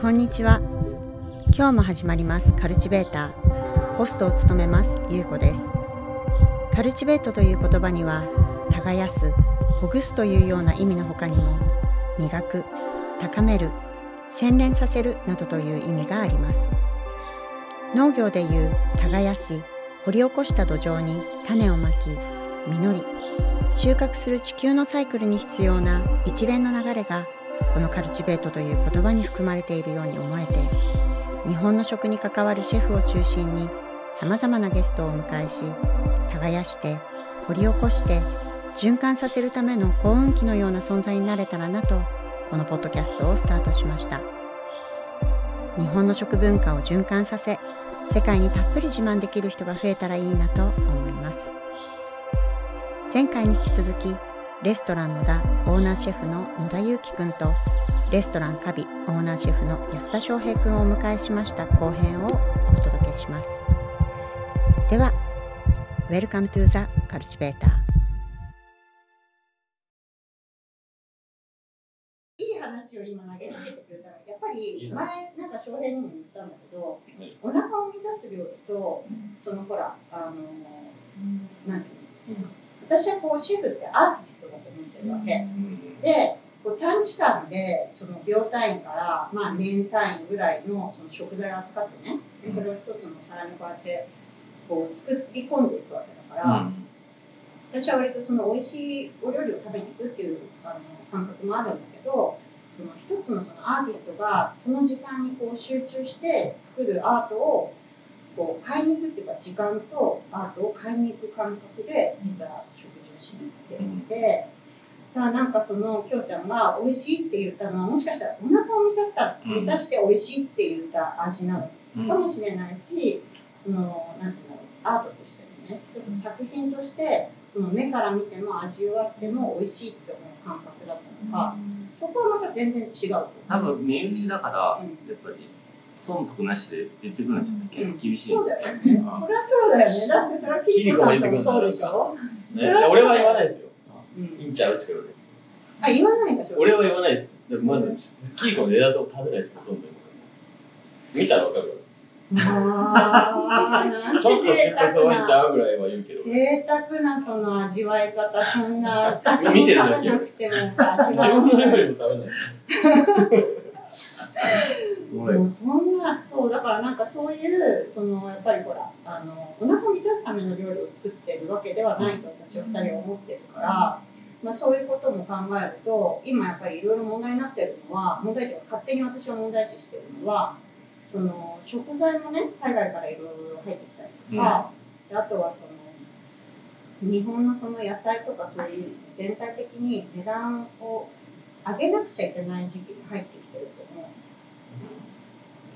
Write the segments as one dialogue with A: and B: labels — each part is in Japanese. A: こんにちは今日も始まりますカルチベーターホストを務めますゆうこですカルチベートという言葉には耕すほぐすというような意味の他にも磨く高める洗練させるなどという意味があります農業でいう耕し掘り起こした土壌に種をまき実り収穫する地球のサイクルに必要な一連の流れがこのカルチベートという言葉に含まれているように思えて日本の食に関わるシェフを中心にさまざまなゲストをお迎えし耕して掘り起こして循環させるための幸運期のような存在になれたらなとこのポッドキャストをスタートしました日本の食文化を循環させ世界にたっぷり自慢できる人が増えたらいいなと思います前回に引き続きレストラン野田オーナーシェフの野田裕樹くんとレストランカビオーナーシェフの安田翔平くんをお迎えしました後編をお届けしますでは Welcome to the Cultivator
B: いい話を今投げかけてくれたら、やっぱり前、なんか翔平にも言ったんだけど
C: はい、
B: お腹を満たす料理と、そのほら、あの、なんていうの、私はこう、シェフってアーティストだと思ってるわけ。で、こう短時間で、その秒単位から、まあ年単位ぐらいのその食材を扱ってね、でそれを一つの皿にこうやって、こう、作り込んでいくわけだから、私は割とその美味しいお料理を食べに行くっていうあの感覚もあるんだけどその一つのそのアーティストがその時間にこう集中して作るアートをこう買いに行くっていうか時間とアートを買いに行く感覚で実は食事をしに行っていて。だからなんかそのきょうちゃんが美味しいって言ったのはもしかしたらお腹を満たした満たして美味しいって言った味なのかもしれないし、そのなんていうのアートとしてもねちょっと作品としてその目から見ても味わっても美味しいって思う感覚だったのか、そこはまた全然違うと思う
C: 多分身内だからや
B: うん
C: っぱり損得なしで言ってくるんですよね
B: うん
C: 結構厳しい
B: そうだよねそりゃそうだよねだってそれはキリコさんともそうでしょ、
D: ね、
B: それはそうだよ
D: 俺は言わないですよ。
B: うん
D: いいんちゃうって言われて。
B: あ言わないでしょ
D: 俺は言わないです。でもまず、キリコの枝と食べないですほとんど。見たらわかる
B: あーな
D: わ。
B: ん
D: ちょっと
B: て
D: チ
B: 贅
D: ップス多い
B: 沢
D: んち
B: な
D: ゃうぐらいは言うけど。
B: 贅沢なその味わい方そんな出
D: 見
B: 汁
D: てる
B: を
D: だ
B: 食
D: け
B: べなくても味
D: 自
B: わ
D: 分の
B: う
D: 料理も食べない。
C: ごめ
B: も
C: ん
B: うそんなそうだからなんかそういうそのやっぱりほらあのお腹を満たすための料理を作ってるわけではないと私は2人は思ってるから、まあ、そういうことも考えると今やっぱりいろいろ問題になってるのは問題というか勝手に私は問題視してるのはその食材もね海外からいろいろ入ってきたりとか、であとはその日本のその野菜とかそういう全体的に値段を上げなくちゃいけない時期に入ってきてると思う。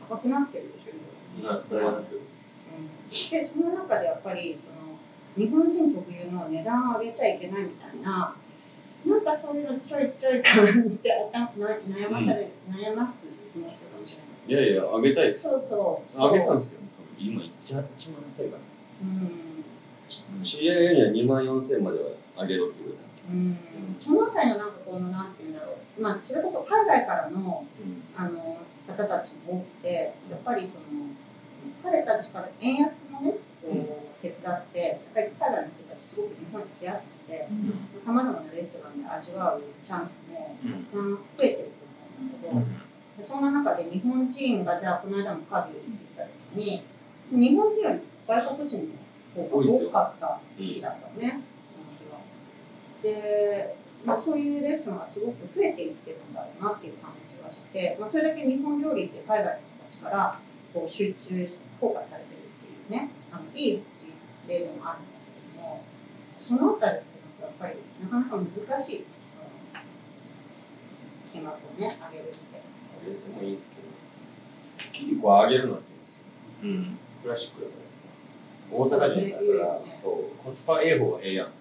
B: 高くなってるでしょ、
D: なそれはなく
B: うん、でその中でやっぱりその日本人特有の値段を上げちゃいけないみたいななんかそういうのちょいちょい感じて頭な悩まされ、悩ます質問したかもし
D: いやいや、あげ
B: れ
D: た
B: ないい
D: です。
B: そうそう
D: あげたん
B: う
D: ですけど、今1万1000かな。
B: うん
D: 知り合いには2万4000まではあげろって言われた。
B: うんその辺りのなんかこのなんて言うんだろうまあそれこそ海外からの
D: うん
B: あの方たちも多くてやっぱりその彼たちから円安もねこう手伝ってやっぱりただの人たちすごく日本に来やすくてさまざまなレストランで味わうチャンスも
C: う
B: た
C: ん
B: くさん増えてると思うんだけどそんな中で日本人がじゃあこの間もカビを行った時に日本人より外国人の方が多かった時期だったのね。この日はで、まあ、そういうレストランがすごく増えていってるんだろうなっていう感じがして、まあ、それだけ日本料理って海外の人たちからこう集中してフォーカスされてるっていうねあのいい事例でもあるんだけどもそのあたりってなんかやっぱりなかなか難しいその金額をね上げ るって。
D: あげてもいいんですけど、キリコはあげるなって言うんで
C: う
D: すよ。
C: ん
D: クラシックだから。大阪人だから、そう、コスパ A 方がええやんって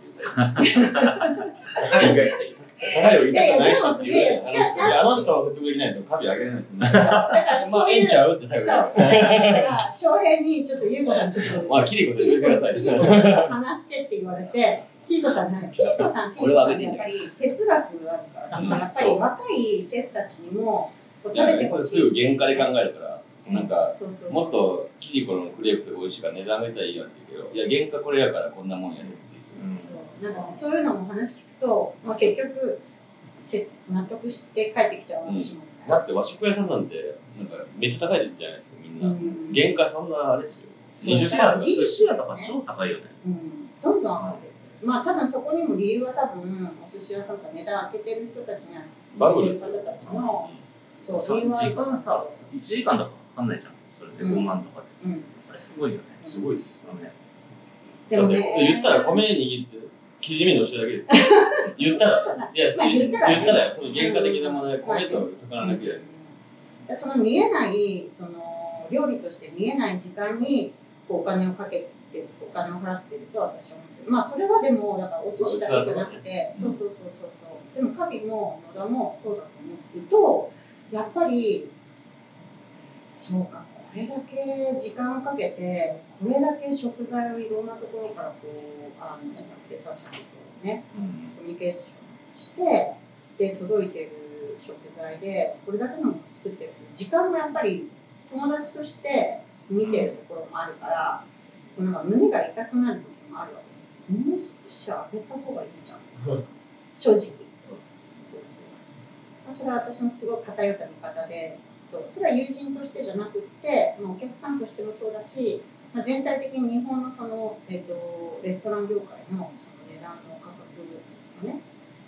D: 言ったら。高いが来たり。高いを入れたくないしっていう。
B: いやいやでもいや違う違う
D: いやあの人は説得できないと、カビあげれないですね。
B: そうだから
D: ま
B: そ
D: あ、
B: う
D: え
B: い
D: えん
B: う
D: ちゃうって最
B: そう
D: 後
B: だ
D: 言
B: から翔平にちょっと優子さんちょっと。
D: まあ、キリコ
B: キ
D: 説
B: リ
D: 得
B: コ
D: ください。
B: さん話してって言われて、キリコさんなんか、キリコさん、キリコさんってやっぱり哲学があるから、やっぱり若いシェフたちにも、こう
E: い
B: 食べ
E: や
B: て
E: こ
B: ほ
E: れ
B: し
E: す
B: い
E: ぐ原価で考えるから、なんか、
B: そうそう
E: もっとキリコのクレープとか美味しいから値段上げたらいいやんって言うけど、いや、原価これやからこんなもんやでっていう。
B: そうなんかねそういうのも話聞くと、まあ、結局せ納得して帰ってきちゃう私も、
E: だって和食屋さんなんて、なんかめっちゃ高いじゃないですか、みん
B: う
E: な。
B: ん
E: 原価そんなあれですよ。
C: 寿司屋寿司屋とか超高いよね。
B: うん、どんどん上がってるまあ多分そこにも理由は多分お寿司屋さんとか値段開けてる人たちには
E: バブルです
B: そ
E: よ
B: の方たちの
C: さ
B: そう理由は
C: 時間さ1時間とかかかんないじゃん。それで
B: うん
C: 5万とかで。
B: うん、
C: あれすごいよね。
B: す
E: ごいっす。
C: あのね
B: で
E: だ
B: も
E: って
B: ね
E: 言ったら米握って切り身のしてるだけですよ言ったらいや
B: まあ言
E: 言
B: っ
E: ったた
B: ら
E: ら
B: ね
E: よその原価的なもので米と魚だけで
B: でその見えないその料理として見えない時間にこうお金をかけてお金を払ってると私は思ってるまあそれはでもだからお寿司だけじゃなくて、
E: ま
B: そうそう
E: あ器とかね
B: そうそうそうでもカビも野田もそうだと思ってるとやっぱりそうかこれだけ時間をかけてこれだけ食材をいろんなところからこうあの生産者とねコミュニケーションしてで届いてる食材でこれだけのものを作ってる時間もやっぱり友達として見てるところもあるから、こうなんか胸が痛くなる時もあるわけもう少し上げた方がいいじゃん正直、そうそうまあそれは私のすごい偏った見方でそうそれは友人としてじゃなくって、まあ、お客さんとしてもそうだしまあ、全体的に日本のその、えっとレストラン業界のその値段の価格とかね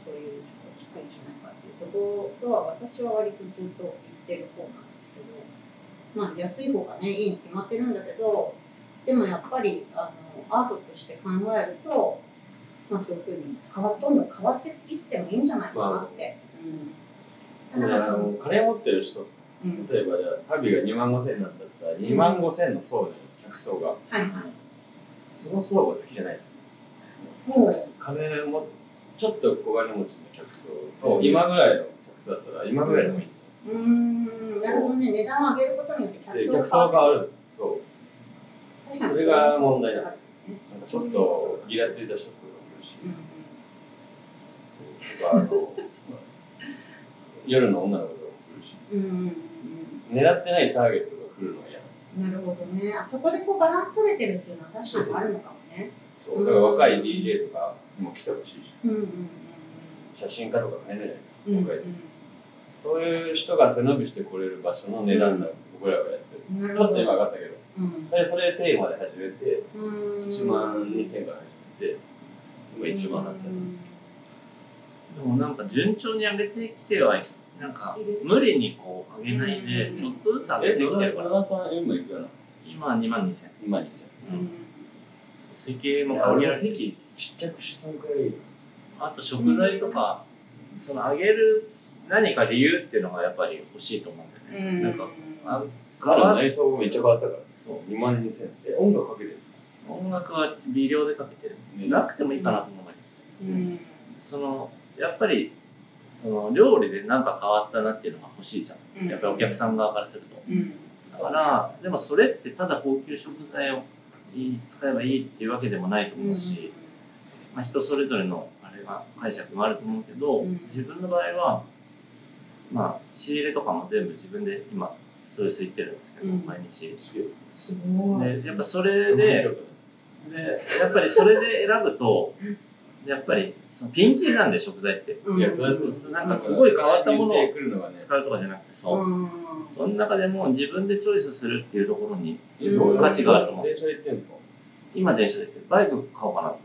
B: そういうちょっと低いんじゃないかっていうところとは私は割とずっと言ってる方なんですけど、まあ、安い方がねいいに決まってるんだけどでもやっぱりあのアートとして考えると、まあ、そういうふうに変わどんどん変わっていってもいいんじゃないかなって。うん、
E: だからあの金持ってる人
B: うん、
E: 例えばじゃあ旅が2万5千円になったとしたら2万5千の層じゃない客層が
B: はいはい。
E: その層が好きじゃない
B: もう
E: 金もちょっと小金持ちの客層と今ぐらいの客層だったら今ぐらいの方がいいんで
B: うーんなるほどね、値段を上げることによって
E: すよで
B: 客
E: 客
B: 層
E: 層が
B: が
E: 変
B: 変わ
E: わ
B: る。
E: るそう
B: 確かに
E: それが問題なんです
B: ね
E: なんかちょっとギラついた人とかもいるし
B: うんうん
E: そうとかあの夜の女の子とかも来るし
B: うんうん
E: 狙ってないターゲットが来るのが嫌
B: うんなるほどね。あそこでこうバランス取れてるっていうのは確かにあるのかもね。
E: そうだから若い DJ とかも来てほしいし
B: うんうん
E: 写真家とか金じゃないですか、
B: うんうん。
E: 今回そういう人が背伸びしてこれる場所の値段だと僕らがやってる、
B: うんなる
E: ちょ
B: ほ
E: っと
B: ど。
E: 今上がったけど
B: うん
E: それそれテーマで始めて
B: うん
E: 1万2000から始めて今1万8000
B: うん
C: でもなんか順調に上げてきてはいなんか無理にこう上げないでちょっとずつ上げ
E: え
C: てきてるか
E: 野
C: ら
E: 田さん今いくらなの
C: 今2万2000
E: ?2 万2000
C: うん設計も
E: い
C: 変
E: や
C: わり
E: 俺
C: や
E: も
C: すい
E: 席ちっちゃくしてそんくらいいいよ
C: あと食材とかその上げる何か理由っていうのがやっぱり欲しいと思うんだよねなんかあ
E: 彼
C: 変わ
E: の
C: っ
E: 内装もめっちゃ変わったから
C: そう
E: 2万2000え音楽かけてる
C: 音楽は微量でかけてる
E: ね
C: なくてもいいかなと思うんだけど
B: うん
C: そのやっぱりその料理で何か変わったなっていうのが欲しいじゃん
B: うん
C: やっぱりお客さん側からすると
B: うん
C: だからでもそれってただ高級食材を使えばいいっていうわけでもないと
B: うん
C: 思うし、まあ、人それぞれのあれが解釈があると思うけど、
B: うん
C: 自分の場合は、まあ、仕入れとかも全部自分で今ドレス行ってるんですけど、
B: うん
C: 毎日。
E: すげえ
B: すごい。
C: でやっぱそれででやっぱりそれで選ぶとやっぱりそのピンキリなんで食材って
B: うん
E: いやそれはそうです
C: なんかすごい変わったものを使うとかじゃなくてそう、
B: うん
C: その中でも自分でチョイスするっていうところに
E: えどういう
C: 価値があると思うんで
E: 電
C: す
E: 車で行ってんですか
C: 今電車で行ってバイク買おうかなと思って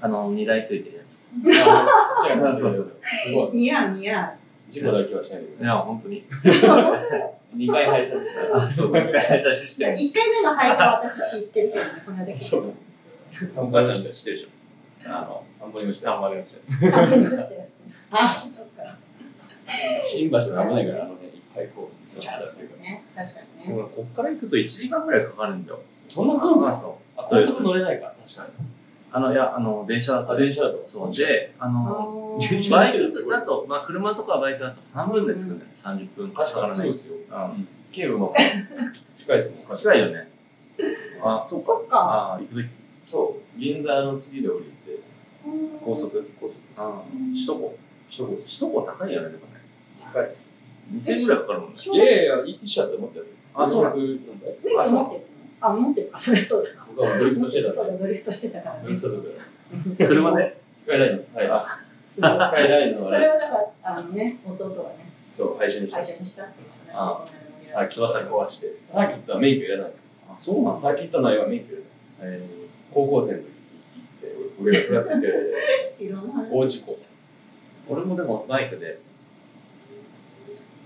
C: あの荷台ついてるやつ
E: あ寿司屋なんで
C: そうそうそう
E: すごい
B: 似合う似合う。
E: 事故だけはしないでく
C: い
E: だ
C: や本当に
E: 2回廃車でした
C: そうそう写真し
B: じ
C: て
B: ゃあ
C: る
B: 一回目の配信は私知ってるけどね、この間来て
E: そう頑張りましたしてるでしょあの頑張りました頑張りました
B: あわかりましたよあ、そっか。
E: 新橋の危ないからあのねいっぱいこう
C: そう
E: 寿司屋っていうか
B: ね、確かに
C: で
B: ね。
C: もこっから行くと1時間ぐらいかかるんだよ
E: そんな感じ
C: あそう
E: あ高速乗れないか確か
C: あのいやあの電車だと
E: にあ電車だと
C: そうであ
B: あ
C: の
B: ー
C: バイクだと、まあ、車とかバイクだと半分で着くんだよね、30分か
E: 確
C: か
E: からに
C: な
E: そう
C: い
E: ですよ
C: うん
E: 警部も近いですもん
C: 近い
E: よ
C: よねあ
B: そっか。
C: あ行くべき
E: そう銀座の次で降りて
B: うん
E: 高速高速
C: あ首都高
E: 首都高
C: 首都高高いよねでもね
E: 高いです
C: 2000円ぐらいかかるもんね。
B: 小
E: い
B: 学
E: やいや、ETC だと思ってますよ。
C: あそうな
E: なんだ。
B: 免許持ってるのあ、持ってるか。それそうだ。
E: 僕はドリフトして
B: そ
E: た
B: うん
E: で。
B: だ、ドリフトしてたから
E: ドリ
B: ね
E: フ。トとか。
C: 車で。
E: スカイラインです。はい。ス
B: すごい
E: カイラインの
B: そ
E: あ
B: れ
E: れ。
B: はだから、あのね、弟がね、
E: そう、配信した
B: 会
E: ん
B: 社
E: です。
B: にしたっていう話
E: あ
B: をこの間見ら
E: さ
B: れ
E: あ、翼壊して。サーキットは免許いらないんですよ。
C: あ、そうなん
E: サーキット内は免許いらない。えー高校生の時行って、俺がクラついてる
B: ていろんな話。
E: 大事故。
C: 俺もでもバイクで、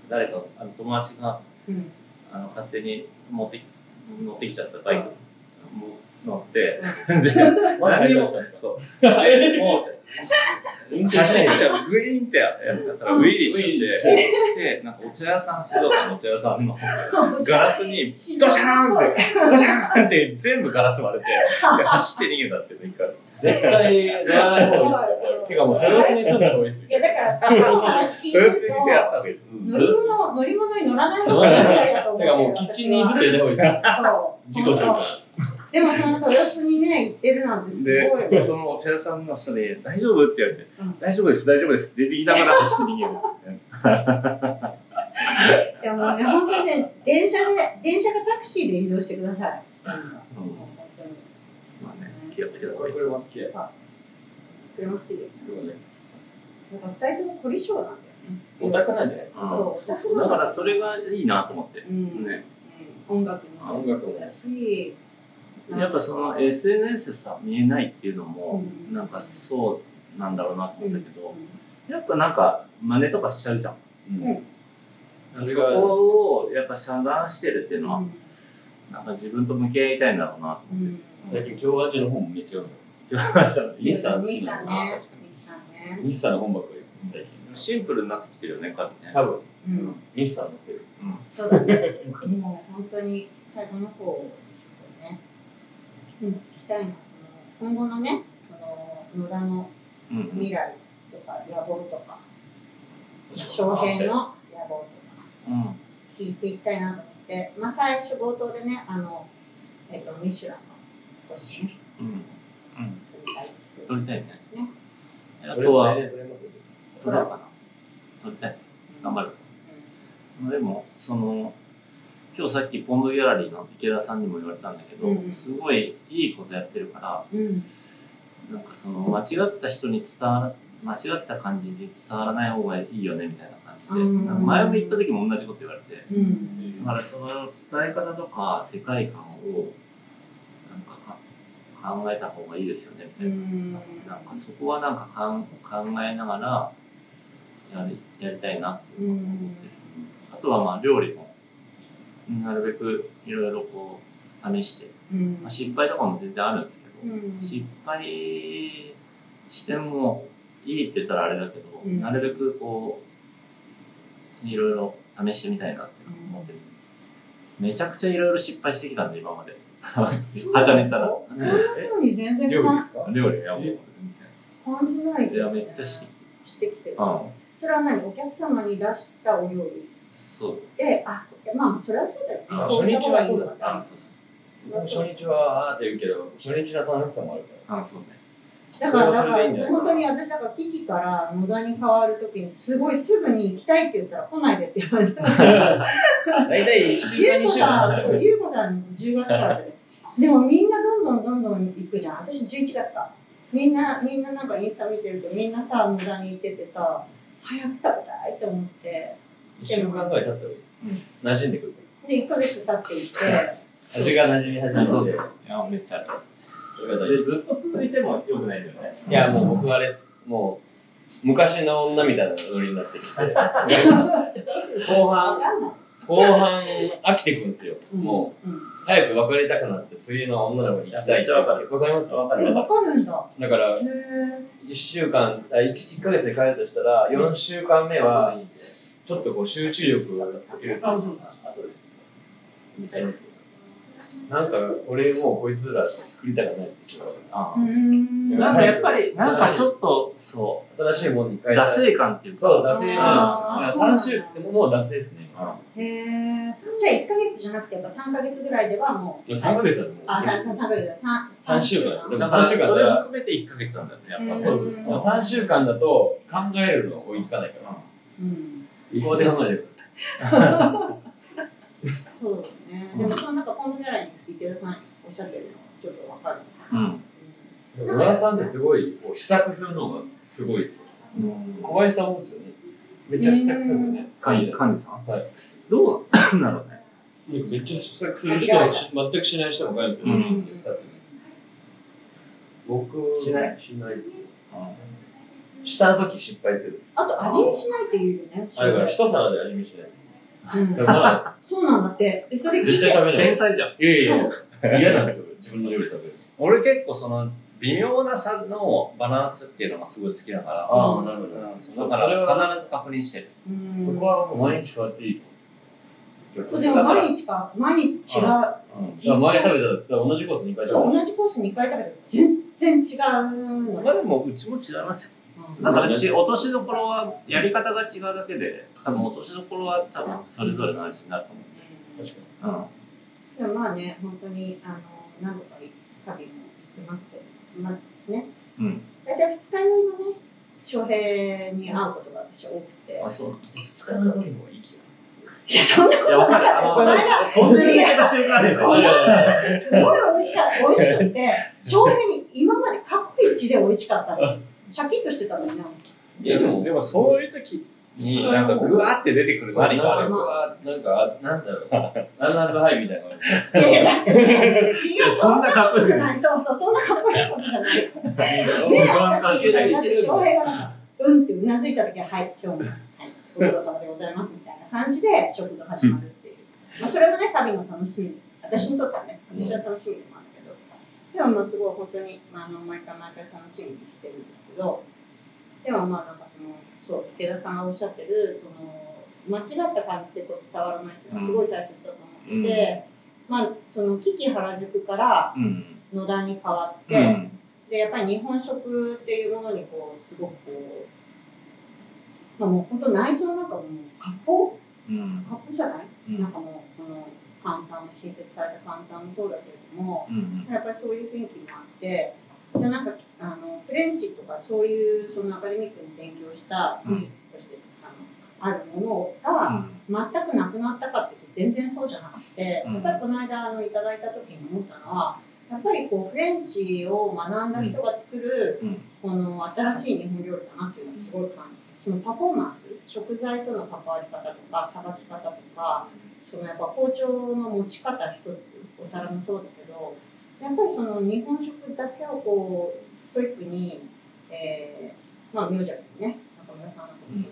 C: 誰か、あの友達が、
B: うん。
C: あの勝手に持ってき乗ってきちゃったバイク、もう乗 って、で
E: 何
C: 何
E: に
C: にも
E: も。
C: そうえも
E: 運
C: う
E: 転
C: 走
E: しな
C: り
E: い。
C: ちゃうグイーンってやったらウィリーしちゃ
E: ウィリーし
C: っ
E: ちゃう
C: てしてなんかお茶屋さん静岡のお茶屋さんのガラスにドシャーンってドシャーンって全部ガラス割れてで走って逃げたっていうの一回ある
E: 絶対やらない方がいいです よ。てかもう、豊洲に住んだ方がいいです よ
B: い。や、だから、今の話聞いて
C: 豊
B: る
C: 洲に
B: と
C: 店あったわけです
E: うん
B: 乗り物、乗り物に乗らない方がいいんだと思
E: てかもう、キッチンにずっといた方がいいですよ。
B: そう。
E: 事故するから。
B: でも、その豊洲にね、行ってるなんてすごい。
C: でそのお茶屋さんの人に「大丈夫?」って言われて
B: うん
C: 「大丈夫です大丈夫です」って言いながら走って逃げる
B: いやもうね、本当にね、電車で、電車かタクシーで移動してください。
C: うん
B: もう本当に
C: まあね気をつけた方がいい
E: 車好きや。
B: さ車好きで。なんか二人とも凝り性なんだよね。
E: オタクなんじゃないですか。
B: そう
C: そうそうだからそれがいいなと思って
B: うん。
C: ね
B: うん、音楽も
E: 音楽も
B: そう。だし。
C: やっぱその SNS でさ見えないっていうのも
B: うん
C: なんかそうなんだろうなと思ったけど
B: う
C: やっぱなんか真似とかしちゃうじゃん
E: うん
C: そ
E: それが
C: こをやっぱ遮断してるっていうのは
B: ん。
C: なんか自分と向き合いたいんだろうな
B: うん。
E: 最近、京アジの本もめっちゃ読んで
C: って思いましたね
E: ミスさん好
B: ミ
E: き
B: ス
E: な
B: さ
E: の
B: ん
E: かな
B: ね
E: 確か。
B: ミスさんね。
E: ます。日産の本ばっかり読む最近。
C: シンプルになってきてるよねかね
E: 多分、
B: うん。
E: 日産のせい。
C: うん
B: そうだね。もう本当に最後の方をね。うん、聞きたいな。その今後のね、その野田の
C: うんうん
B: 未来とか野望とか、翔平の野望とか
C: うん
B: 聞いていきたいなと思って、まあ最初冒頭でね、あの、えっ、と、ミシュランの星ね、
C: うんうん
B: 取りたい
C: 撮りたいね
B: ね
C: あとは
E: 来年取れますよ
B: 取ろうかな。
C: 撮りたい頑張る
B: う
C: でもその今日さっきポンドギャラリーの池田さんにも言われたんだけど、
B: うん
C: すごいいいことやってるから
B: ん。うん。
C: なんかその間違った人に伝わら間違った感じに伝わらない方がいいよねみたいな感じで、
B: うん
C: なんか前も行った時も同じこと言われて
B: うん。
C: だからその伝え方とか世界観をなんかか考えた方がいいですよねみた
B: う
C: いな。
B: ん。
C: なんかそこはなんかかん考えながらやりやりたいなって思ってる、あとはまあ料理もなるべくいろいろこう試して、
B: うん
C: まあ、失敗とかも全然あるんですけ
B: う
C: ど、
B: ん。
C: 失敗してもいいって言ったらあれだけど、
B: うん
C: なるべくこういろいろ試してみたいなって思ってる、めちゃくちゃいろいろ失敗してきたんで今まではちゃめちゃな
B: そういうのに全然
E: 料理で
B: 感
E: すか
C: 料理はもう全
B: 感じないよ
C: 然
B: ね。
C: いやめっちゃして
B: してきてる
C: う。ん
B: それは何お客様に出したお料理
C: そう。
B: で、あ、まあそれはそうだよね。
C: あ
B: こした方がいいよ
E: 初日はそう
C: あ、そうそう。
E: 初日はあーって言うけど、初日の楽しさもあるから。
C: あ、そうね。
B: だから、だ
E: それはそ
B: か
E: れ
B: ら
E: でいいんじゃない
B: 本当に私、だから、キキから野田に変わるときに、すごいすぐに行きたいって言ったら来ないでって言われて、
E: 大体一週間
B: ゆう
E: 二
B: こ
E: 週間
B: さん、そうゆうこさん、10月からだね。でもみんなどんどんどんどん行くじゃん。私、11月か。みんな、みんななんかインスタ見てると、みんなさ、野田に行っててさ、早く食べたいと思って、
E: 一週間ぐらい経ったら馴染んでくるか
B: で、1ヶ月経って行って、
E: ら味が馴染み始めて
C: いや、めっちゃあ
E: それが大
C: る。で、
E: 事
C: ずっと続いても良くないんだよね。
E: いやもう僕はあれですもう昔の女みたいなノリになってきて 後
B: わ
E: 半
B: かんない。
E: 後半飽きてくるんですよも
B: う。うん。
E: う早く別れたくなって次の女の子に行きたい
C: めっちゃわか
E: るわかります
C: わか
B: え、
C: る。
B: わかるんだ。
E: だから
B: へー
E: 1週間あ 1, 1ヶ月で帰るとしたら4週間目はちょっとこう集中力が欠ける
B: あ
E: なんか俺もうこいつら作りたくないっていうか
C: あ
B: うーん。
C: なんかやっぱり、なんかちょっと、そ
E: 新しいものに
C: う、
E: 変えたい
C: 惰性感っていうか。
E: そう、惰性
C: あ
B: ー
E: なの。三週ってもう惰性ですね。
B: へえ。じゃあ1ヶ月じゃなくてやっぱ3ヶ月ぐらいではもう。
E: 三ヶ月だと思う。
B: あ、ささ三ヶ月だ。三
E: 三週間
C: だから、
E: 三週間だ
C: それを含めて1ヶ月なんだよね、やっぱ。
B: うん
E: そう。でも三週間だと考えるのが追いつかないから。
B: うん。
E: 移行で考えてる。
B: そうですね。でもそのなんかこのぐらいに池田さんおっしゃってるのちょっとわかる。
C: うん。
D: でも小田さんってすごいこう試作するのがすごいですよ。
E: 小林さんもですよね。めっちゃ試作するんですよね。
C: カンカンジさん
E: はい。
C: どうなんだろうね。
E: めっちゃ試作する人はし全くしない人もいるんですよね。
C: うん
E: 二つ僕
C: しない
E: しないですね。した時失敗するです。
B: あと味見しないっていうよね。
E: あれから一皿で味見しないです。
B: うん
E: だから
B: そうなんだって。でそれ聞い
E: 絶対
B: て。
E: 食べない。
C: 天才じゃん。
E: いやいやいや嫌なんですよ。自分の料理食べる。
C: 俺結構その微妙な差のバランスっていうのがすごい好きだから。
E: ああなるほど。
C: だから必ず確認してる。
B: うん
E: そこはもう毎日変わっていいと思う。
B: そうでも毎日か毎日違う。
E: うんだから前食べただから同じコース2回食べた
B: そう同じコースに一回食べたけど全然違うの。
C: まあでもうちも違いますよ。だからうち落としどころはやり方が違うだけで、多分落としどころは多分それぞれの味になると思
B: うん
E: 確か
C: う。うん。
B: でもまあね、本当にあの何度か旅も行きますけど、まあね、
C: うん。
B: 大体二日酔いのね、翔平に会うことが私は多くて、
C: あ、そう
E: に。2日の時もいい気がす
B: いや、そんなこ
C: いや、
B: と
C: わか
B: な
C: る。あ
B: かった。
C: の、
B: この間、
C: 飛んでる言い方してるからね。
E: る。
B: すごい美味しかった、美味しくて、翔平に今まで過去一で美味しかったの。シャキッとしてたのにな。
E: いやでも、
C: でもそういう時に、なんかグワーって出てくる何かある。
E: なんか、なんだろう。ランナーズハイみたいな感じ。
B: いやいや、だって、違う、そんな
C: かっ
B: ことじゃない。そうそう、そんなかっこいいことじゃない。
E: ね
B: ね、
E: なん
B: 私、だって翔
E: か
B: 平がなんか、うんってうなずいたときは、はい、今日も、はい、ご苦労様でございますみたいな感じで、食が始まるっていう。まあ、それもね、旅の楽しみ、私にとってはね、私は楽しみでもあるけど、でも、まあ、すごい本当に、まあ、あの、毎回毎回楽しみにしてるんですけど、でも、まあ、なんかその、そう、池田さんがおっしゃってる、その、間違った感じでこう伝わらないっていうのはすごい大切だと思ってて、まあ、その、キキ原宿から
C: うん。
B: 野田に変わって、
C: うん。
B: でやっぱり日本食っていうものにこうすごくこう、まあ、もう本当内装なんかもう割烹
C: うん。
B: 割烹じゃない、
C: うん
B: なんかもうこの簡単も新設された簡単もそうだけれども
C: うん。
B: やっぱりそういう雰囲気もあってじゃあなんかあのフレンチとかそういうそのアカデミックに勉強した技術として、あのあるものが、全くなくなったかっていうと全然そうじゃなくて、
C: うん
B: やっぱりこの間あのいただいた時に思ったのはやっぱりこうフレンチを学んだ人が作る、
C: うん
B: この新しい日本料理だなっていうのをすごい感じるそのパフォーマンス食材との関わり方とかさばき方とかそのやっぱ包丁の持ち方一つお皿もそうだけどやっぱりその日本食だけをこうストイックに、えーまあ明尺にね中村さんのことも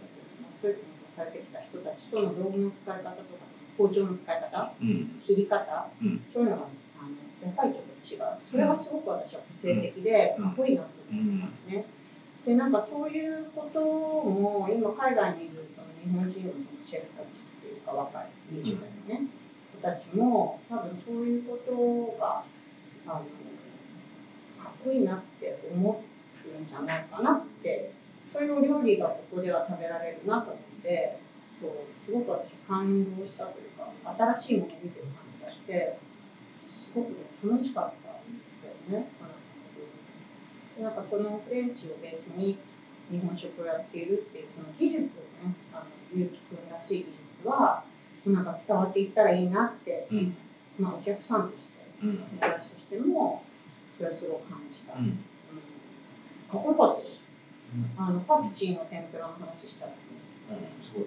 B: そうだけどもストイックにこうされてきた人たちとの道具の使い方とか包丁の使い方
C: うん。
B: 切り方、
C: うん
B: そういうのがあのやっぱりちょっと違うそれがすごく私は個性的で、
C: うん
B: かっこいいなと
C: う
B: 思
C: ん。
B: うね。でなんかそういうことも今海外にいるその日本人のシェフたちっていうか若い20代のね、子たちも多分そういうことがあのかっこいいなって思うんじゃないかなってそういうお料理がここでは食べられるなと思ってそうすごく私感動したというか新しいものを見てる感じがしてすごくね楽しかったんですよね。あのでなんかそのフレンチをベースに日本食をやっているっていうその技術をねあのゆうきくんらしい技術はなんか伝わっていったらいいなって、
C: うん
B: まあ、お客さんとして
C: うん。
B: 話としてもそれはすごく感じた、
C: う
B: うん
C: ん。
B: かっこよかったですあのパクチーの天ぷらの話したらね
E: すごい。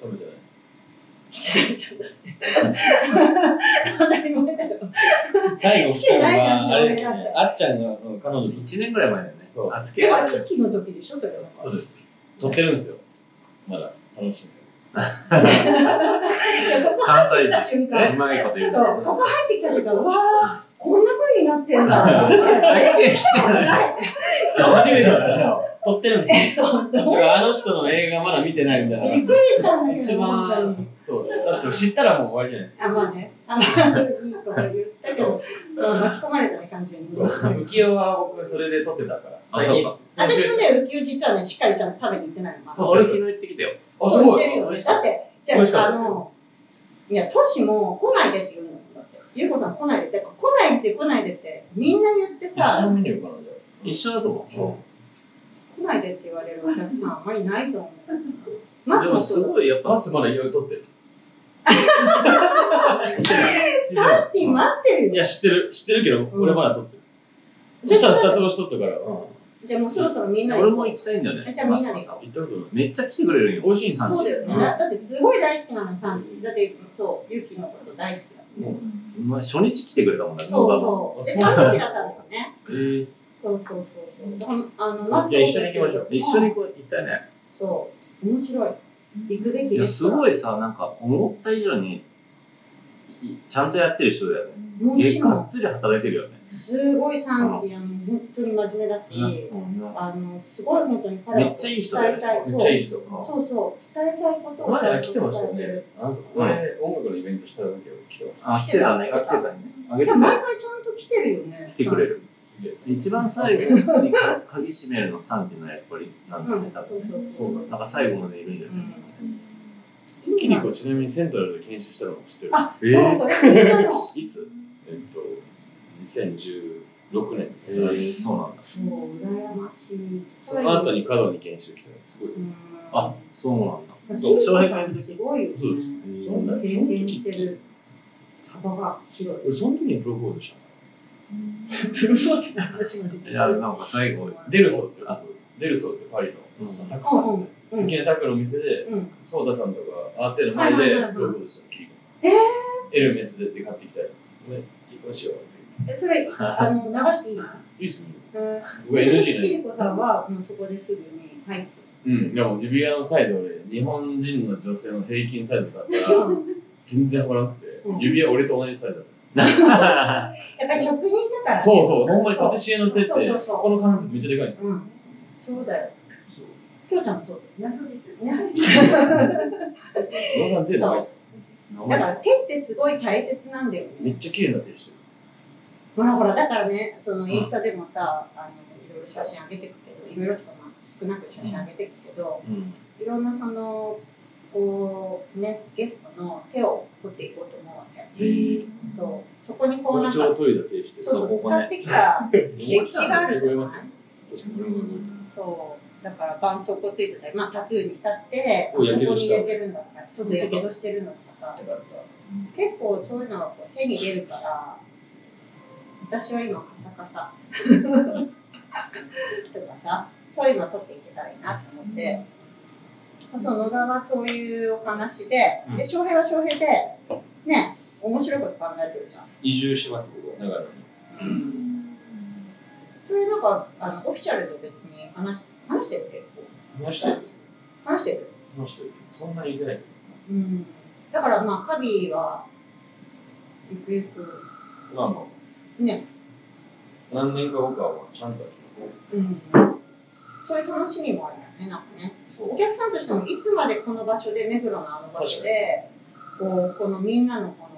E: 食べてない。
B: 来てないじゃん 当たり前だよ
E: 最後来たのは、あれです
B: 来てないじゃん
E: ね。あっちゃんがうん彼女と
C: 1年ぐらい前だよね。
E: そう
C: あつ
B: で
C: け
B: も
C: ら
B: あ
C: れ
B: れ
C: る。
B: キッキーの時でしょそれは
E: そうです。撮ってるんですよ。まだ楽しんでる。
B: い やここ
C: 関
B: 入ってき
C: 西
B: た
C: 人。
B: 瞬
C: う
B: 間
C: まいこと言う。
B: そうここ入ってきた瞬間わあこんな風になってんだ
C: てきてない。
B: ない
E: 初めて
B: そ
E: だ。
B: う
E: 撮ってるんですよ。
B: えそう
E: だからあの人の映画まだ見てないみた
B: び
E: い
B: っ
E: な
B: く。りしたんだけど本当
E: 一
B: に
E: 番、そう。だって知ったらもう終わりじゃない
B: あまあねあのいいこと言ったけど
C: うん
B: 巻き込まれたね完全に
E: ですか。そう。浮世は僕それで撮ってたから。
C: あそうか
E: 最近
B: 私もね、浮世実はね、しっかりちゃんと食べに行ってないの。まだ
C: 俺昨日行ってきたよ。
E: あ、すご
B: 行ってるよ
E: い。
B: ねだって、じゃ
E: 美味し
B: あ、
E: か
B: あ
E: ったですよ
B: の、いや、都市も来ないでって言うんだって。ゆうこさん来ないでって、来ないでって来ないでって、みんな言って
E: 一緒の
B: さ、
E: メニューかな、じゃ
C: 一緒だと思う。
B: 来ないでって言われるお客さんあんまりないと思う。マス
C: で
B: も
C: も
B: そ
C: す
B: う
C: ごいやっ
E: マ
C: ぱ
E: スまだ酔い取ってる。
B: だ。 サーティ待ってる
C: い
B: よ。
C: や知ってる知ってるけど
B: ん
C: 俺まだ撮ってる、
E: そしたら二つ星取ったから、
B: じゃあもうそろそろみんなで
C: 俺も行きたいんだよね
B: じゃあみんなで行こ
C: 行ったことないめっちゃ来てくれるんよ
E: 美味しいさん
B: そうだよね、
E: うん
B: だだってすごい大好きなのサンディだってそうユキのこと大好きだもんね、
C: お前初日来てくれたもんね
B: そう
C: 動
B: そうで
E: そうな
B: 誕
E: んだ
B: 生日だったんだよね
C: 画もえ
B: そうそうそうそうあの
E: じゃあ一緒に行きましょう
C: ー一緒にこう行ったよね
B: そう面白い行くべき
C: いや
B: です
C: す
B: から
C: ごいさなんか思った以上にいちゃんとやってる人だよね
B: も
C: え
B: ちろ
C: がっ
B: ん
C: つり働いてるよね
B: すごいサンディあの本当に真面目だし、
C: うんうん
B: あのすごい本当に彼
C: めっちゃいい人だよね
B: 伝えたいそう
E: めっちゃいい人。
B: そうそう伝えたいことを
E: 前
B: ちゃん
E: 来
B: と
E: て
B: 伝
E: ましたよ
B: えてる
E: ね。あのこれ、音楽のイベントした時は来てまし
C: あ来てたね
B: 来てた
C: 来てたね
E: た。
B: い
E: あげて
B: や
E: も
B: 毎
E: らっ
B: 回ちゃんと来てるよね
C: 来てくれる
E: て。
C: 一番最後にか鍵閉めるの3っていうのはやっぱりな
B: うんん
C: だ
B: そう
C: ね多分ね
B: そ
C: そううなんか最後までいるんじゃないですかね
E: キリコちなみにセントラルで検視したのも知ってる。
B: あ
C: え
B: そうそれみんなの
C: いつ
E: えっと、2016年。
C: えーそうなんだ
B: もう羨ましい。
E: その後に過度に研修来たのすごい。
B: うん。
C: あそうなんだ
B: そう、
C: そう
B: 翔平
C: 翔平
B: さんすごいよね。
E: そう
B: そんな
E: です
B: 経験してる幅が広い。
E: 俺、その時にプロポーズした
B: プロポーズの話もでき
C: いやなんか最後
E: の。デルソーですよ。デルソーってパリ
C: う
E: の。
C: ん
E: たくさん
B: う
E: ね。
B: んうん
E: 好きなタックのお店で、
B: うん。
E: ソーダさんとか、あーテの前でプロポーズしたの、キリコ。
B: え
E: エルメスでって買ってきたり。ね、結婚しようって
B: え、それ、あの、流していいの
E: 言う。いいっすね。
B: うん。
E: 僕は NG
B: ピ
E: ない。
B: リコさんは、もうそこですぐに入って。
E: うん、でも指輪のサイズ俺、日本人の女性の平均サイズだったら、全然合わなくて、
B: うん
E: 指輪俺と同じサイズ だっ
B: やっぱり職人だか
E: た。
B: らね。
E: そうそう、ほんまにパティシエの手って、
B: そうそうそう
E: ここの関節めっちゃでかいんですよ。
B: うん。そうだよ。きょうちゃんもそうだよね。そうですね。
E: 野さん手でかいんですよ
B: だから手ってすごい大切なんだよね。
E: めっちゃ綺麗な手してる。
B: ほらほらだからねそのインスタでもさ、あのいろいろ写真上げてくけどいろいろとかまあ少なく写真上げてくけど、
C: うん
B: いろんなそのこうねゲストの手を取っていこうと思うわけ、
C: えー
B: そうそこにこうな
E: 包
B: んかそ
E: 丁
B: う
E: 研いだ手してる。
B: そう
C: そうここ
B: 使
C: ね
B: ってきた歴史があ るじゃない
E: 覚え確かに俺も覚えてる
B: そうだから絆創膏ついてたりまあタトゥーにしたって
E: おやけ
B: ここ
E: ど
B: に
E: し
B: 入
E: た
B: れてるんだとかそうそうやけどしてるのとかさ
E: だから
B: 結構そういうのはこう手に出るから私は今カサカサ とかさそういうのを取っていけたらいいなと思って、そう野田はそういうお話で,、
C: うん
B: で翔平は翔平でね面白いこと考えてるじゃん、
E: 移住します、僕は。だから、
B: それなんかあのオフィシャルで別に話し話してる結
E: 話してるんですよ。
B: 構話してる、
E: 話してる。そんなに言ってない。
B: うん、だからまあカビはゆくゆく
E: まあまあ、
B: ね
E: 何年か後かはまあちゃんとは聞こ
B: うん、そういう楽しみもあるよねなんかね
E: う。そう
B: お。客さんとしてもいつまでこの場所で目黒のあの場所でこうこのみんなのこの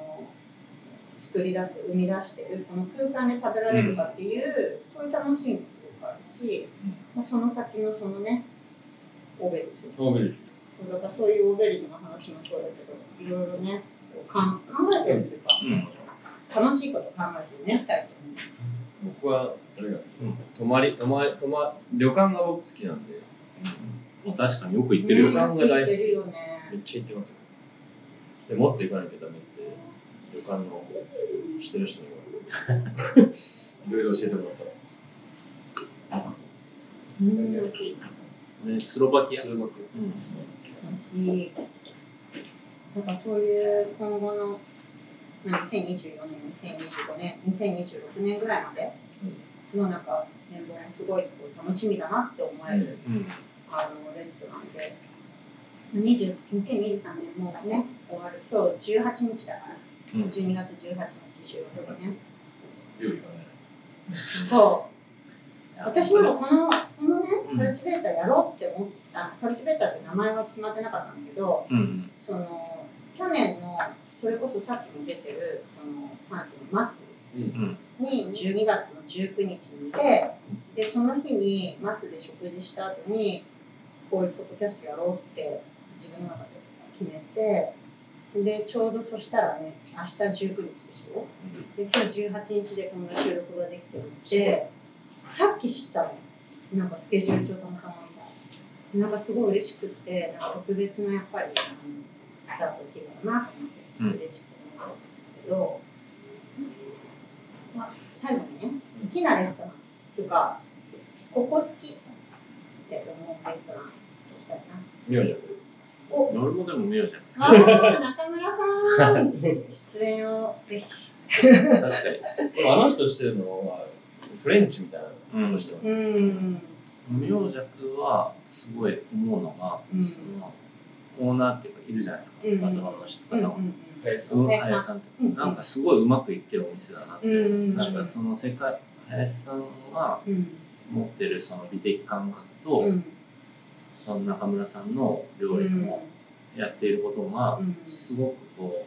B: 作り出す生み出してるこの空間で食べられるかっていう、そういう楽しみもすごくあるし、
E: うん
B: まあ、その先のそのねオーベルジュ
E: オーベルジ
B: だからそういうオーベルジュの話もそうだけどいろいろねこうかん考えてるんですか、
C: うん
B: 楽しいこと考えてるね二人とも
E: ュ僕は、あれが、
C: うん
E: 泊まり、泊まり、泊ま旅館が僕好きなんで、
C: うん確かによく行ってるよ
E: ね
C: ね
E: 旅館が大好き
B: 行ってるよね
E: めっちゃ行ってますよ。でもっと行かなきゃダメって、旅館の知ってる人に言われて、いろいろ教えてもらったら、
B: うん
E: 楽
B: 楽
E: し
B: し
C: ねスロバキア
E: 数学。
C: うん
B: いなんかそういう今後のまあ2024年2025年2026年ぐらいまでのなんか展望もすごいこう楽しみだなって思える、
C: うん
B: あのレストランで20 2023年もね終わる今日18日だから
C: うん
B: 12月18日収録でね
E: 料理がね。
B: そう私にもこのこのね
C: うん
B: カルチベーターやろうって思ったカルチベーターって名前は決まってなかったんだけど、
C: うん
B: その去年のそれこそさっきも出てるその3期のマス
C: うん
B: に12月の19日にいてでその日にマスで食事した後にこういうポッドキャストやろうって自分の中で決めてでちょうどそしたらね明日19日でしょで今日18日でこの収録ができてるってさっき知ったのなんかスケジュール帳たまたまみたいななんかすごい嬉しくって、なんか特別なやっぱり、あのスタートを切るかなと思って、嬉しく思ったんですけど、まあ、最後にね、好きなレストランとか、ここ好きって思うレストラン聞きたいな。
E: 妙じゃないです。
B: お、
C: 俺もでも名じゃん。
B: あー中村さん出演をぜひ。
E: 確かに。でもあの人してるのは、フレンチみたいなことしてます。
B: うん。
C: 明尺はすごい思うのが、
B: うん
C: そのオーナーっていうかいるじゃないですか、
B: うん
C: バトバの人
B: うんう
C: 方は、
B: ん
E: 林
C: そ
E: さん
C: の林さんって、
B: うん
C: なんかすごいうまくいってるお店だなって、
B: うん
C: なんかその世界林さんが
B: うん
C: 持ってるその美的感覚と、
B: うん
C: その中村さんの料理のやっていることがすごくこ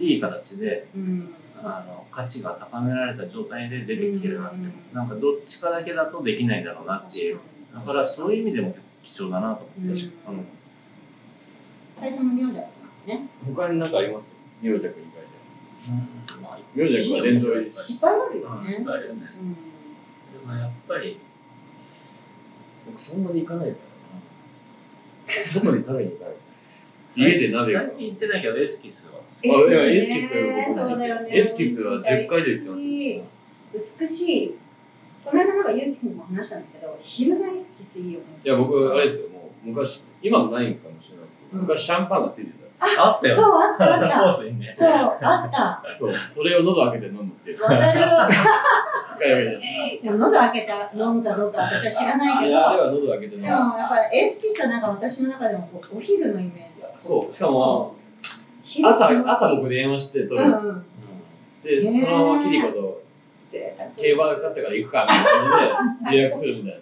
C: ういい形で
B: うん
C: あの価値が高められた状態で出てきてるなって、
B: うん
C: なんかどっちかだけだとできないんだろうなっていうだからそういう意味でも貴重だなと思って、
B: うん
C: うん
B: 二人とも名字だったね。
D: 他に何かあります
E: 妙じゃく以外で。
C: まあ、
E: 妙じゃくは連想いいし。
B: いっぱいあるよ
C: いっ
B: ね
C: ぱ。いあるんです
B: うん
C: でもやっぱり、
E: 僕そんなに行かない から。外に食べに行かないです。家で鍋を
C: 最近行ってないけど、エスキスは。
E: あいやエスキス
B: ね
E: 僕
B: そうだよ
E: 好き
B: ね
E: ですエスキスは10回で行ってますよ。
B: 美しい。この間なんかゆうきにも話したんだけど、昼間意識すいいよね。
E: いや、僕、あれですよ、もう昔、今もないんかもしれないですけど、昔シャンパンがついてたんで
C: あった
B: そう
C: よ。
B: あったあっ
C: コースにね
B: た。。そうあった。
E: すよ。そう、それを喉開けて飲むっていう、
B: わかる。
E: 二日酔いで。
B: でも喉開けた飲むかどうか私は知らない
E: い
B: け
E: や、あれ
B: ど。
E: は喉開けて飲
B: で
E: む
B: も。やっぱエスキスはなんか私の中でもこうお昼のイメージだった。
E: そう、しかも、
B: 昼
E: 朝、朝僕電話して撮
B: う
E: るんです
B: んうん。へ
E: よ
B: ー
E: で、そのままキリコと
B: 贅沢。
E: 競馬が勝ったから行くかみたいな感 じで予約するみたいな。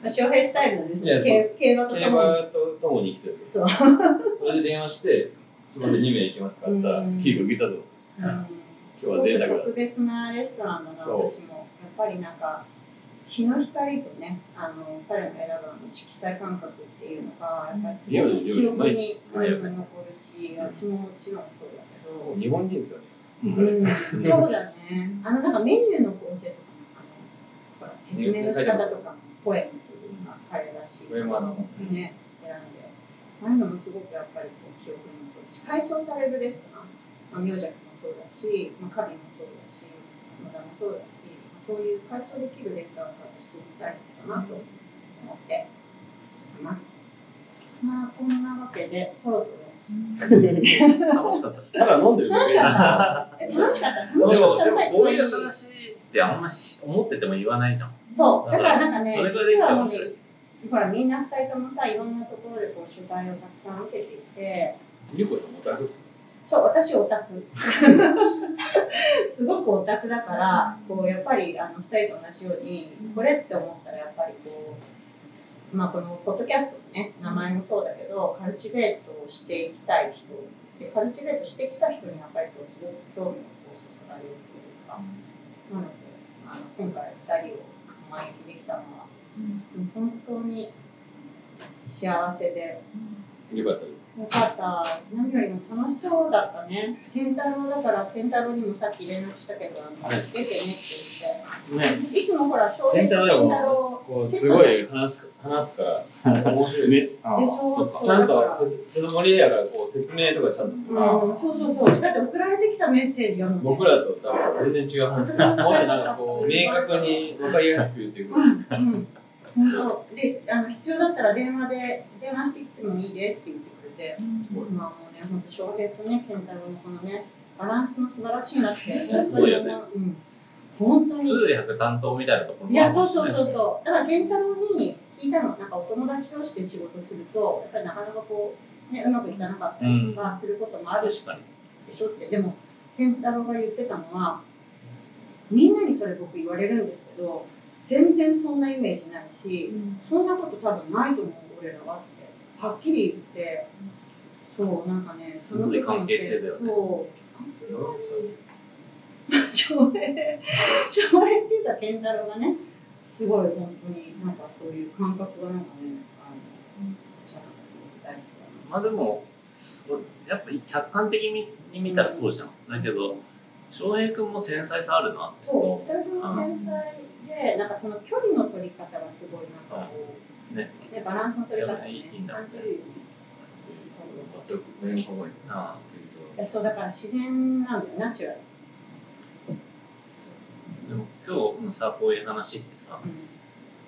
B: まあ、翔平スタイルなんですね。
E: いや
B: 競競馬と
E: 競
B: かも。
E: 馬とともに来てる。
B: そう。
E: それで電話して、そこで2名行きますかって言ったら
B: うん、
E: キリコ行ったと。
B: 今
E: 日は贅沢だ
B: 特別なレストランだな、私
E: そう
B: も。やっぱりなんか、日の光とね、あの彼の選ぶあの色彩感覚っていうのが、やっぱりすごく記憶に
E: うん
B: うん残るし、私ももちろんそうだけど。
E: 日本人ですよね。
B: うん、そうだね。あのなんかメニューの構成とかもあの、ほら説明の仕方とか、声の部分が彼らしい。
E: 声もあるも
C: ん
B: ね、選んで。ああいうのもすごくやっぱりこう記憶に残るし、改装されるレストラン、まあ、明尺もそうだし、まあ、カビもそうだし、野田もそうだし、そういう改装できるレストランが私すごく大好きだなと思っています。まあ、こんなわけで、そろそろ。
C: 楽しかったです。
E: ただ飲んでる だ
B: 楽
E: け
B: しかった。え楽しかった。楽
C: で
B: しかっ
C: も、
B: た
C: で
B: の
C: も
B: が一
C: こう
B: 番いい。
C: いう話ってあんまし思ってても言わないじゃん。
B: そう、だからなんかね、
C: それができ
B: 実
C: た
B: は
C: ら
B: もうね
C: 面白い、
B: ほら、みんな二人ともさ、いろんなところでこう取材をたくさん受けていて、
E: ゆうこさんもオタクっす
B: そう、私オタク。すごくオタクだから、こう、やっぱり、あの、二人と同じように、これって思ったら、やっぱりこう、まあ、この、ポッドキャストのね、名前もそうだけど、カルチベートをしていきたい人、で、カルチベートしてきた人に、やっぱりこう、すごく興味をこうそそられるというか、なので、あの今回二人をお招きできたのは、本当に幸せで
E: よかったです。
B: よかった何よりも楽しそうだったね健太郎だから健太郎にもさっき連絡したけどあの出てねって
C: ね、
B: 言っていつもほら翔
E: 健
B: 平
E: 太
B: と
E: 郎
B: 健
E: で
B: 太
E: も
B: 郎
E: こうすごい話す話すから面白いです。
C: あ
B: でし
C: ー
E: そ
B: ょ
E: っかちゃんとその森やからこう説明とかちゃんとす
B: う
E: る
B: ん
E: から、
B: そうそうそうだって送られてきたメッセージ読む
E: 僕らと多分全然違う話もっとなんかこう明確に分かりやすく言ってく
B: う
E: る。
B: んうん本当であの必要だったら電話で電話してきてもいいですって言ってくれて
E: すごい
B: まあもうね、本当翔平とね、健太郎のこのね、バランスも素晴らしいなって。
C: すごいよね
B: うん。本当に。
C: 通訳担当みたいなところ
B: い
C: もあ
B: や、
C: るか
B: そう
C: もしれ
B: そう
C: ないし
B: そうそう。だから健太郎に聞いたの、なんかお友達同士で仕事すると、やっぱりなかなかこう、ね、うまくいかなかったりとかすることもあるし
C: 確かに。
B: でしょって。でも、健太郎が言ってたのは、みんなにそれ僕言われるんですけど、全然そんなイメージないし、そんなこと多分ないと思う、俺らはって。はっきり言って、そう、なんかね、
C: すごい関係性だよね
B: そう。あんまり翔平、翔平っていうか、健太郎がね、すごい本当に、なんかそういう感覚がなんかね、あの、私はなんかすごく大好きだな。
C: まあでも、そうやっぱり客観的に見たらそうじゃん。だけど、翔平君も繊細さあるなって
B: そう、二人とも繊細で、なんかその距離の取り方がすごいなんかこう、
C: ね。
B: ね、バランスの取り方、ね、
C: いやいいんだ
B: 感じるよね
F: 全く何も考えない。
C: あ
B: いやそうだから自然なんだよナチュラル、
C: あでも今日のさこういう話ってさ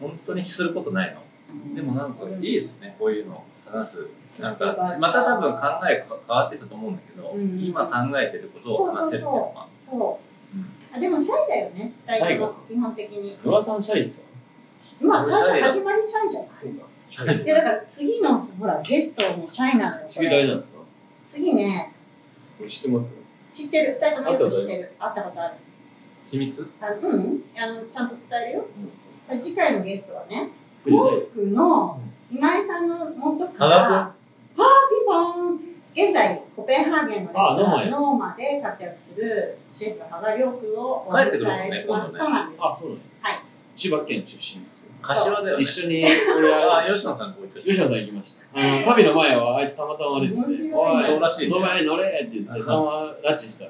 C: 本当にすることないの
B: うん
C: でもなんかいいですねこういうの話すなんかまた多分考えが変わってくと思うんだけど、
B: うん
C: 今考えてることを話せるっていうのが
B: そう
C: うん
B: あでもシャイだよね
E: ャイか
B: 大体基本的に
E: 野田さんシャイですか
B: 今最初始まりシャイじゃない
E: そうか。
B: いやだから次のほらゲストもシャイなのよこ
E: 次大
B: れ
E: 事なんですか
B: 次ね
F: これ知ってます
B: 知ってる二人ともよく知ってる会ったことある
C: 秘密
B: あのうんあのちゃんと伝えるよ
E: うん、そう。
B: 次回のゲストはね
E: で
B: 僕の今井さんの元か
E: 科
B: ら
E: 学
B: あピンポン現在コペンハーゲンのレスト
E: あノーマ
B: ラ
E: や
B: ンノーマで活躍するシェフ羽賀亮君をお
C: 帰ってくるもんね
B: 迎えします、
C: 今度ね
B: そうなんです
E: あ、そうなの
B: はい。
E: 千葉県出身ですよ。
C: 柏だよね
E: 一緒に、俺は
C: あ、吉野さんこう言って
E: 吉野さん行きました。あの、旅の前はあいつたまたま歩いてて、
B: 面白いね
E: お
C: そうらしいね
E: の前に乗れって言って、そのまま拉致した。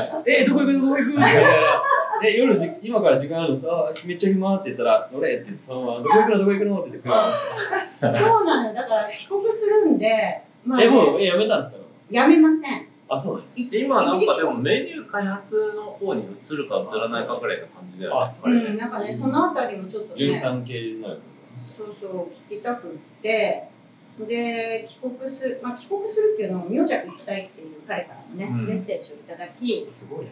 C: た。
E: え、どこ行くどこ行くって言ったら、え、夜じ、今から時間あるんですあ、めっちゃ暇って言ったら、乗れって言って、そのまま、どこ行くのどこ行くのって言って、
B: そうなのよだから帰国するんで、まあね
E: え、もう、え、やめたんですか
B: やめません
E: あ、そうなの
B: い
C: 今なん
B: 一時
C: か
B: 期
C: でもメニュー開発の方に移るか移らないかぐらいの感じだよね。
E: そうれ
B: ん、なんかね、そのあたりもちょっとね、
E: 13系になる。
B: そうそう、聞きたくって、で、帰国する、まあ、帰国するっていうのを、明尺行きたいっていう彼からのね、
C: うん
B: メッセージをいただき、
E: すごいね。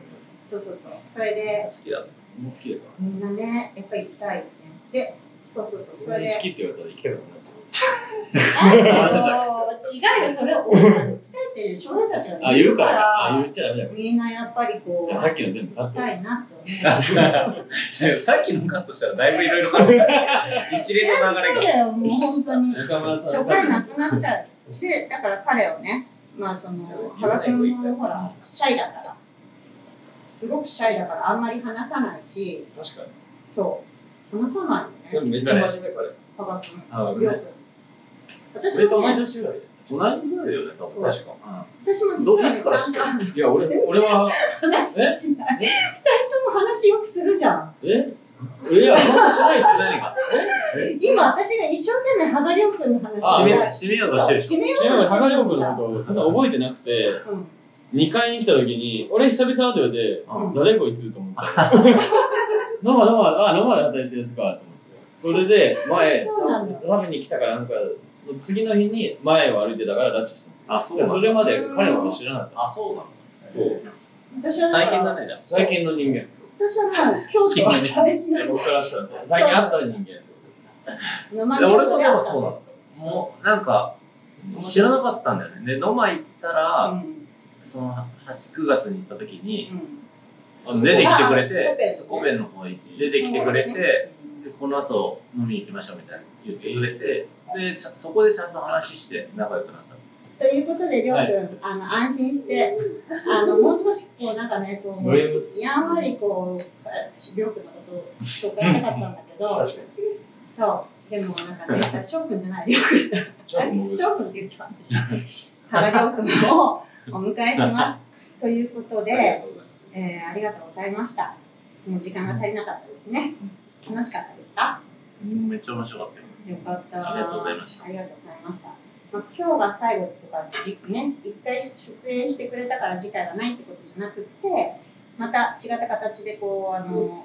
B: そうそうそう、それで、
C: 好きだ。
E: もう好きだから。
B: みんなね、やっぱり行きたいよね。で、そうそうそう、
E: そ
B: それ
E: れに好
B: で、
E: きって言われたら行きたくなくなっちゃ
B: あの違うよ、それを、俺ら行きたいって、少年たちが
E: う。あ、言うから。あ、言っちゃダメだよ。
B: みんなやっぱりこ、
E: いうやさっきの全部カ
B: 行
E: ッ
B: き
E: ト。
B: たいなって 思う。
C: さっきのカットしたらだいぶいろいろカット した。一連の流
B: そう
C: れが。
B: だよ、もう本当に。
E: 中村
B: 初回なくなっちゃう。で、だから彼をね、まあその、原君もほら、シャイだから、すごくシャイだから、あんまり話さないし、
E: 確かに。
B: そう、話さない
E: で
B: よ
E: も
B: ね、
E: めっちゃ真面目これ。
B: 原君、
C: あ
B: りょう
C: ね
B: 君。私
E: 俺と
B: も
E: 同い
B: ね、
E: 年ぐらい
C: 同じぐらいだよね、多分。
B: 確
C: か。
B: 私も実はね、ちゃんと
E: いや、俺、俺は、
B: 話してきない。二人とも話よくするじゃん。
E: えいや、そんなしないですね。
C: 何か。
B: 今、私が一生懸命原亮君の話
E: あ
C: 締
B: して
C: め、
B: ない。
C: 締めようとしてるし。
B: 締めよう
E: ちな
B: と
E: みに、
B: して
E: 羽
B: る
E: 賀
B: の
E: 亮
B: に
E: 君の
B: さ
E: ことをそんな覚えてなくて、
B: うん
E: 2階に来た時に、俺久々って言われて、
C: うん
E: 誰こいつと思って。 ノマノマ、あ、ノマで働いてるやつかと思って。それで、前、
B: そうなんだ
E: 食べに来たからなんか、次の日に前を歩いてたから拉致した。
C: あ、そ
E: いやそれまで彼のこと知らなかっ
C: あ、そうなの。
E: た。そう。
B: 私はだ
C: 最
B: か
C: 近
B: ら
C: だね、じゃ
E: 最近の人間。
B: 私はもう京 都は最近
E: 僕からしたらそう最近会った人間って
B: 沼
C: あ。い
B: に
C: や
B: 行くこ
C: 俺も
B: と
C: で
B: があ
C: も
B: った
C: そうな
B: の
C: の。もう、なんか、知らなかったんだよね。で、ノマ行ったら、
B: うん
C: その、8、9月に行った時に、
B: うん
C: 出てきてくれ
B: あオペで
C: て
B: す、ね
C: オペの方に出てきてくれて、でこの後飲みに行きましょうみたいな言ってくれて、でちゃそこでちゃんと話して仲良くなった。
B: ということで、りょうくん、あの安心して、あのもう少しこうなんかね、こ
E: ブレイブ
B: うやんわりこうりょうくんのことを紹介したかったんだけど、そうでもなんかね、しょうくんじゃない、りょうくんだ、
E: ショーくん も
B: しょうくんって言ったんでしょ。原りょうくんをお迎えします。ということ
E: ありが
B: で、
E: とうござい
B: えーありがとうございました。もう時間が足りなかったですね。楽しかったですか？
C: うんめっちゃ面白かったよ。
B: よかった。
C: ありがとうございました
B: ありがとうございました。まあ、今日が最後とか、じね、一回出演してくれたから次回がないってことじゃなくって、また違った形でこう、あの、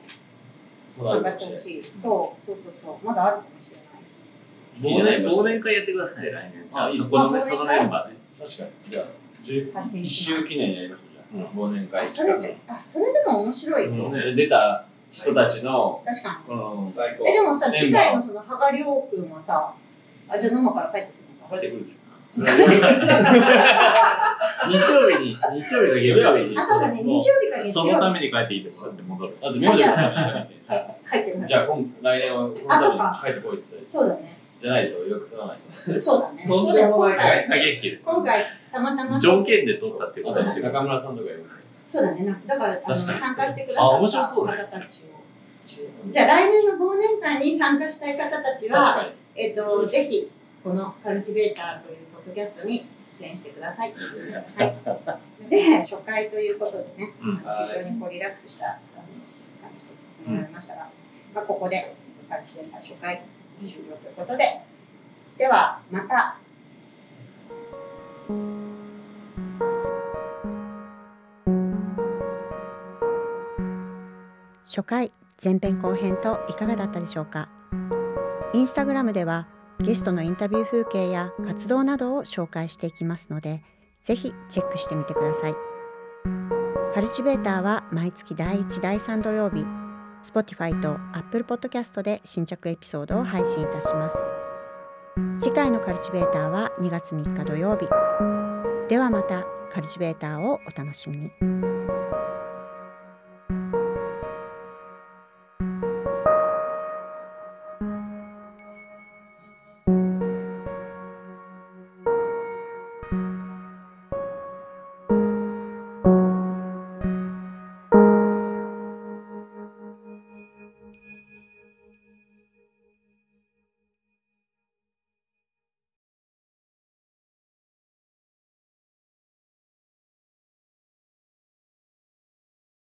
B: 参加し
E: ます
B: てほしい。そう、そうそうそう。まだあるかもしれない。
E: いいね
C: 忘年忘年会やってください、来年。じゃ
E: あ
C: あ
E: いいっす
C: そこのね、
B: あ忘年会
C: そのメンバーで。
E: 確かにじゃあ10
B: 発信
E: 一
B: します
E: 周記念やりましょうじゃあ忘年会
B: あそ
E: 企
B: れ
E: 画
B: あそれでも面白いです
C: う
B: よ。
C: ん
E: で出た人たちの
B: 確か
E: この
F: 最高
B: に。え、でもさ、
E: メンバー
B: 次回のその、羽賀亮君はさ、あ、じゃあ、沼から帰ってくるのか。
E: 入ってくるでし
C: それは夜日曜日に、日曜日が月曜日に。
B: あ、そうだね、日曜日か月
C: そ
B: 曜
C: のた
B: 日
C: めに帰ってきてもらって戻る。
E: ょあと名字も入 ってくる
B: 帰ってくる
E: じゃあ今来年はこのために入ってこいって言ったり
B: そうだね。
E: じゃないと予約取らない
B: そうだね。
E: とん
B: そうだ
E: で
B: よ、
E: もな
B: 今
E: い
B: 回。
C: 過激で。
B: 今回、たまたま。
C: 条件で取ったってこと
E: あ
C: にし
E: と
C: てる。
E: 中村さんとかいます
B: そうだね。なだから、あの、
C: 確かに
B: 参加してくださ
C: あ面
B: った
C: 白そうだね
B: 方たちを。じゃあ、来年の忘年会に参加したい方たち
E: 確
B: は、
E: かに
B: えっと、ぜひ、このカルチベーターというポッドキャストに出演してくださ い。はい。で、初回ということでね、
C: うん
B: あの非常にこうリラックスしたあの感じで進められましたが、まあ、ここで、カルチベーター初回、終了ということで、ではまた。
A: 初回前編後編といかがだったでしょうかインスタグラムではゲストのインタビュー風景や活動などを紹介していきますのでぜひチェックしてみてくださいカルチベーターは毎月第1第3土曜日 Spotify と Apple Podcast で新着エピソードを配信いたします次回のカルチベーターは2月3日土曜日ではまたカルチベーターをお楽しみに